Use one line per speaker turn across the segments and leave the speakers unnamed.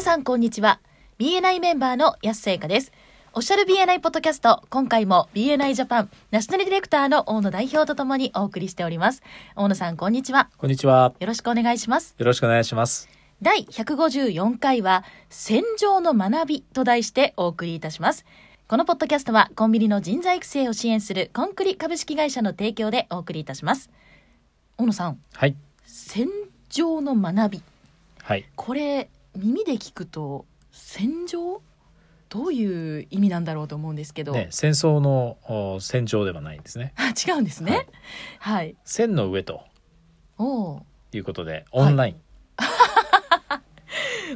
さん、こんにちは。BNI メンバーの安瀬香です。おっしゃる BNI ポッドキャスト、今回も BNI ジャパン、ナショナルディレクターの大野代表とともにお送りしております。大野さん、こんにちは。
こんにちは。
よろしくお願いします。
よろしくお願いします。
第154回は「戦場の学び」と題してお送りいたしますこのポッドキャストはコンビニの人材育成を支援するコンクリ株式会社の提供でお送りいたします小野さん
はい。
「戦場の学び
はい。」
これ耳で聞くと「戦場」どういう意味なんだろうと思うんですけど、
ね、戦争のお戦場ではないんですね。
あ違うんですねはい、
線の上と
おう
いうことで、オンライン。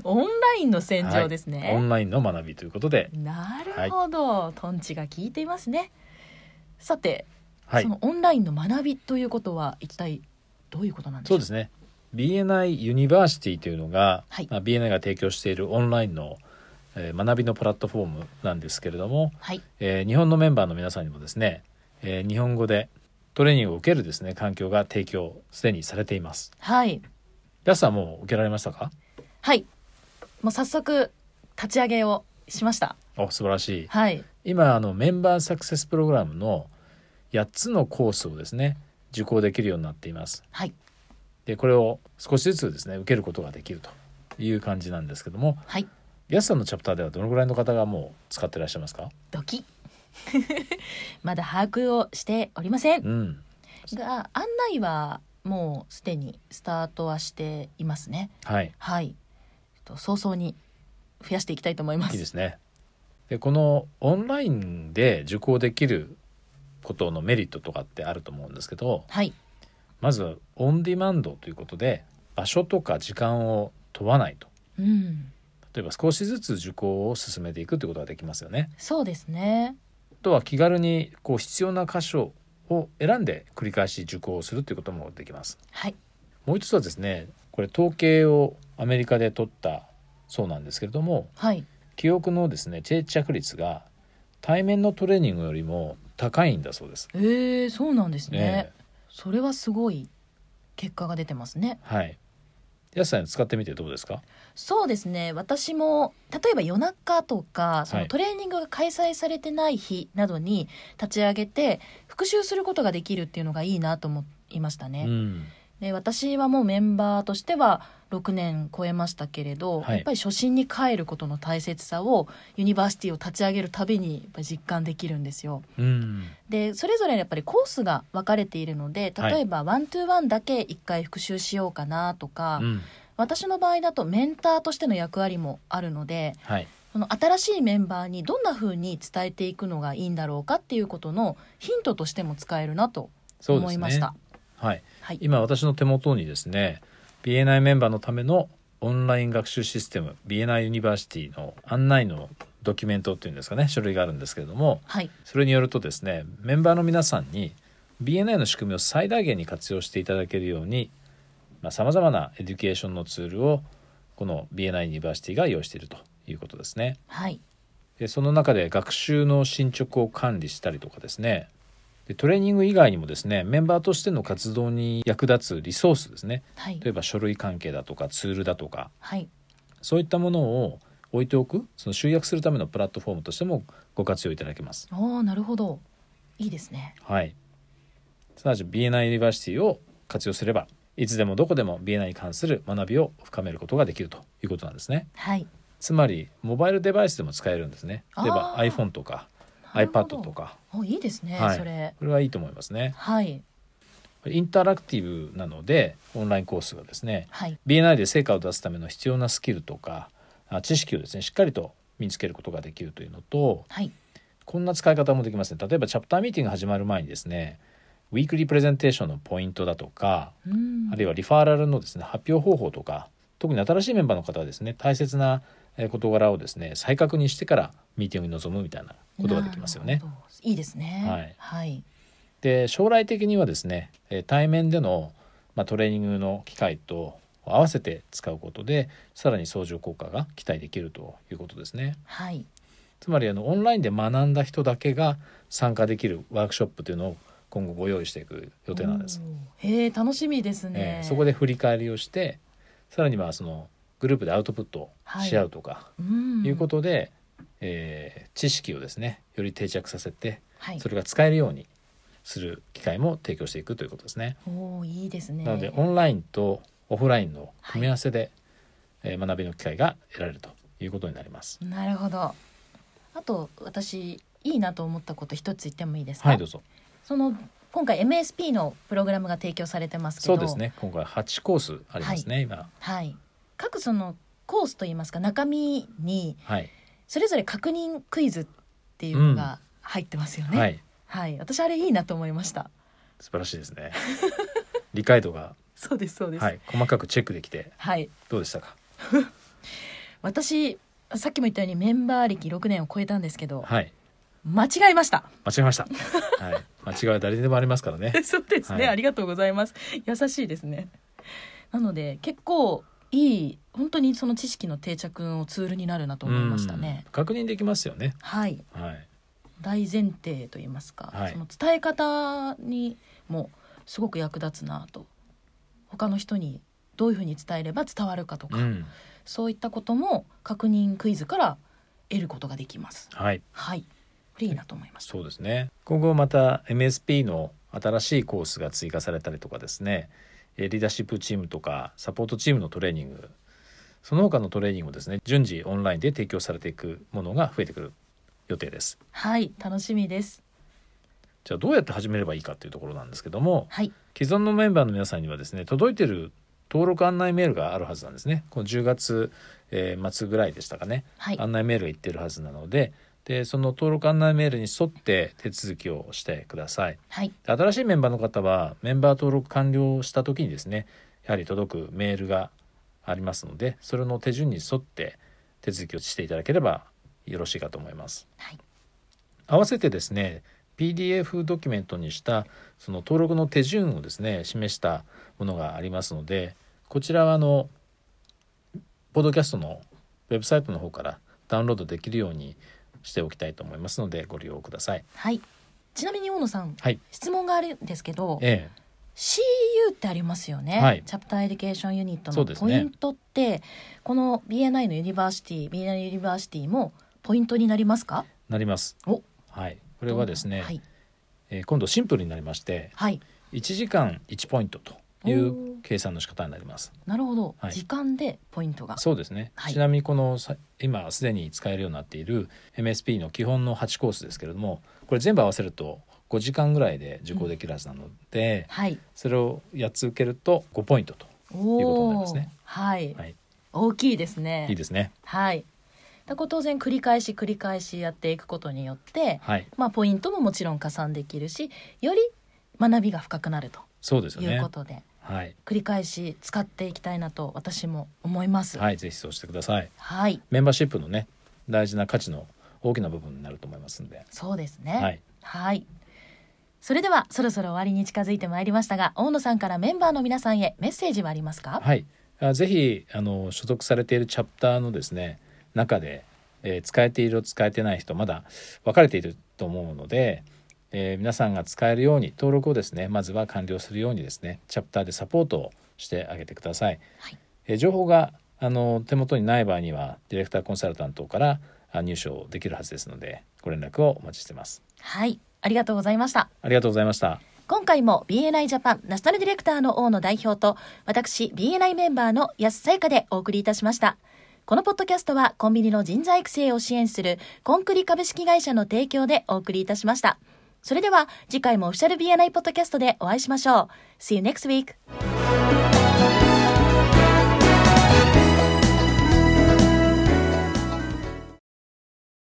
オンラインの戦場ですね、
オンラインの学びということで、
なるほど、トンチが効いていますねさて
はい
そ。のオンラインの学びということは一体どういうことなんでし
そ
ょ
う
う
ですね。BNI ユニバーシティというのが、
はい
まあ、BNI が提供しているオンラインの、えー学びのプラットフォームなんですけれども、
はい
えー日本のメンバーの皆さんにもですね、えー日本語でトレーニングを受けるですね、環境が提供すでにされています。
はい
皆さんもう受けられましたか
はいもう早速立ち上げをしました
お、素晴らしい。
はい
今あのメンバーサクセスプログラムの8つのコースをですね受講できるようになっています
はい
でこれを少しずつですね受けることができるという感じなんですけども
はい
安さんのチャプターではどのぐらいの方がもう使ってらっしゃいますか
ドキ まだ把握をしておりません
うん
が案内はもうすでにスタートはしていますね
はい
はいちょっと早々に増やしていきたいと思いま
いい
す
ですねでこのオンラインで受講できることのメリットとかってあると思うんですけど
はい
まずオンディマンドということで場所とか時間を問わないと
うん
例えば少しずつ受講を進めていくということができますよね
そうですね
あとは気軽にこう必要な箇所を選んで繰り返し受講をするということもできます。
はい
もう一つはですねこれ統計をアメリカで取ったそうなんですけれども
はい
記憶のですね定着率が対面のトレーニングよりも高いんだそうです。
えー、そうなんですね、
ええ
それはすごい結果が出てますね。
はい。やすさん使ってみてどうですか
そうですね。私も例えば夜中とかそ
は
の
い
トレーニングが開催されてない日などに立ち上げて復習することができるっていうのがいいなと思いました
う
ね。
ん。
で私はもうメンバーとしては6年超えましたけれど、
はい
やっぱり初心に帰ることの大切さをユニバーシティを立ち上げるたびにやっぱり実感できるんですよ。
うん。
でそれぞれやっぱりコースが分かれているので
はい
例えばワントゥーワンだけ1回復習しようかなとか、
うん。
私の場合だとメンターとしての役割もあるので
はい。
その新しいメンバーにどんな風に伝えていくのがいいんだろうかっていうことのヒントとしても使えるなと
そうで
思
す
い
ね。
ました。
はい。
はい、
今私の手元にですね BNI メンバーのためのオンライン学習システム BNI ユニバーシティの案内のドキュメントっていうんですかね書類があるんですけれども
はい、
それによるとですねメンバーの皆さんに BNI の仕組みを最大限に活用していただけるようにさまざ、まなエデュケーションのツールをこの BNI ユニバーシティが用意しているということですね。
はい、
でその中で学習の進捗を管理したりとかですねでトレーニング以外にもですねメンバーとしての活動に役立つリソースですね
はい、
例えば書類関係だとかツールだとか
はい、
そういったものを置いておくその集約するためのプラットフォームとしてもご活用いただけます。
おお、なるほど。いいですね。
はい、すなわち BNI ユニバーシティを活用すればいつでもどこでも BNI に関する学びを深めることができるということなんですね。
はい、
つまりモバイルデバイスでも使えるんですね。例えば
あー
iPhone とか
なるほ
iPad
ど
とか
お、いいですね。
はい
それ、
これはいいと思いますね。
はい、
インタラクティブなのでオンラインコースがですね
はい、
BNI で成果を出すための必要なスキルとかあ知識をですねしっかりと身につけることができるというのと
はい、
こんな使い方もできますね例えばチャプターミーティングが始まる前にですねウィークリープレゼンテーションのポイントだとか
うん
あ、るいはリファーラルのですね発表方法とか特に新しいメンバーの方はですね大切なえー事柄をですね再確認してからミーティングに臨むみたいなことができますよね
な。るほど。いいですね。
はい
はい、
で将来的にはですねえー対面での、まあ、トレーニングの機会と合わせて使うことでさらに相乗効果が期待できるということですね
はい、
つまりあのオンラインで学んだ人だけが参加できるワークショップというのを今後ご用意していく予定なんです、
おー。へえ、楽しみですね
え。ーそこで振り返りをしてさらにはそのグループでアウトプットをし合うとか、
うん
いうことで、えー知識をですねより定着させて
はい
それが使えるようにする機会も提供していくということですね。
おーいいですね
なのでオンラインとオフラインの組み合わせで、えー学びの機会が得られるということになります。
なるほどあと私いいなと思ったこと一つ言ってもいいですか、
はいどうぞ。
その今回 MSP のプログラムが提供されてますけど
そうですね今回8コースありますね、今。
はい、各そのコースといいますか中身に
はい、
それぞれ確認クイズっていうのが入ってますよね、
は
はい
い
私あれいいなと思いました
素晴らしいですね。理解度が
そうですそうです
は、い細かくチェックできて
はい
どうでしたか。
私さっきも言ったようにメンバー歴6年を超えたんですけど、
はい
間違えました
間違えました。はい間違いは誰にでもありますからね。
そうですね、
はい
ありがとうございます優しいですねなので結構いい本当にその知識の定着のツールになる なと思いましたね
うん確認できますよね。
はい
はい
大前提といいますか、
はい
その伝え方にもすごく役立つなと他の人にどういうふうに伝えれば伝わるかとか、
うん
そういったことも確認クイズから得ることができます。
はい
はい、フリーなと思いました。
そうですね。今後また MSP の新しいコースが追加されたりとかですね、えーリーダーシップチームとかサポートチームのトレーニング、その他のトレーニングもですね、順次オンラインで提供されていくものが増えてくる予定です。
はい、楽しみです。
じゃあどうやって始めればいいかというところなんですけども、
はい、
既存のメンバーの皆さんにはですね、届いてる登録案内メールがあるはずなんですね。この10月、えー末ぐらいでしたかね。
はい、
案内メールが行ってるはずなのででその登録案内メールに沿って手続きをしてください
はい、
で新しいメンバーの方はメンバー登録完了した時にですねやはり届くメールがありますのでそれの手順に沿って手続きをしていただければよろしいかと思います
はい、
合わせてですね PDF ドキュメントにしたその登録の手順をですね示したものがありますのでこちらはあのポッドキャストのウェブサイトの方からダウンロードできるようにしておきたいと思いますのでご利用ください。
はい。ちなみに大野さん、
はい、
質問があるんですけど、
え
CU ってありますよね、
はい
チャプターエデュケーションユニット
そ
の
うです
ポ
ね
イントって、この BNI のユニバーシティ BNI ユニバーシティもポイントになりますか
えなります。
お
はい、これはですね、
はい、
えー今度シンプルになりまして
はい、
1時間1ポイントという計算の仕方になります。
なるほど、
はい
時間でポイントが
そうですね、
はい
ちなみにこのさ今すでに使えるようになっている MSP の基本の8コースですけれどもこれ全部合わせると5時間ぐらいで受講できるはずなので、
はい
それを8つ受けると5ポイントと、いうことになりますね
おーはい、
はい、
大きいですね
いいですね。
はいだから当然繰り返し繰り返しやっていくことによって、
はい、
まあポイントももちろん加算できるしより学びが深くなると
そうですよ
いう
ね
こ。とで
はい、
繰り返し使っていきたいなと私も思います
はい、ぜひそうしてください。
はい
メンバーシップのね大事な価値の大きな部分になると思いますんで、
そうですね
はい、
はいそれではそろそろ終わりに近づいてまいりましたが大野さんからメンバーの皆さんへメッセージはありますか
はい、あぜひあの所属されているチャプターのですね中で、えー使えている使えてない人まだ分かれていると思うので、えー皆さんが使えるように登録をですねまずは完了するようにですねチャプターでサポートをしてあげてください。
はい
えー情報があの手元にない場合にはディレクターコンサルタントからあ入手できるはずですのでご連絡をお待ちしてます。
はいありがとうございました
ありがとうございました。
今回も BNI ジャパンナショナルディレクターの大野代表と私 BNI メンバーの安さゆかでお送りいたしましたこのポッドキャストはコンビニの人材育成を支援するコンクリ株式会社の提供でお送りいたしましたそれでは次回もオフィシャル BNI ポッドキャストでお会いしましょう See you next week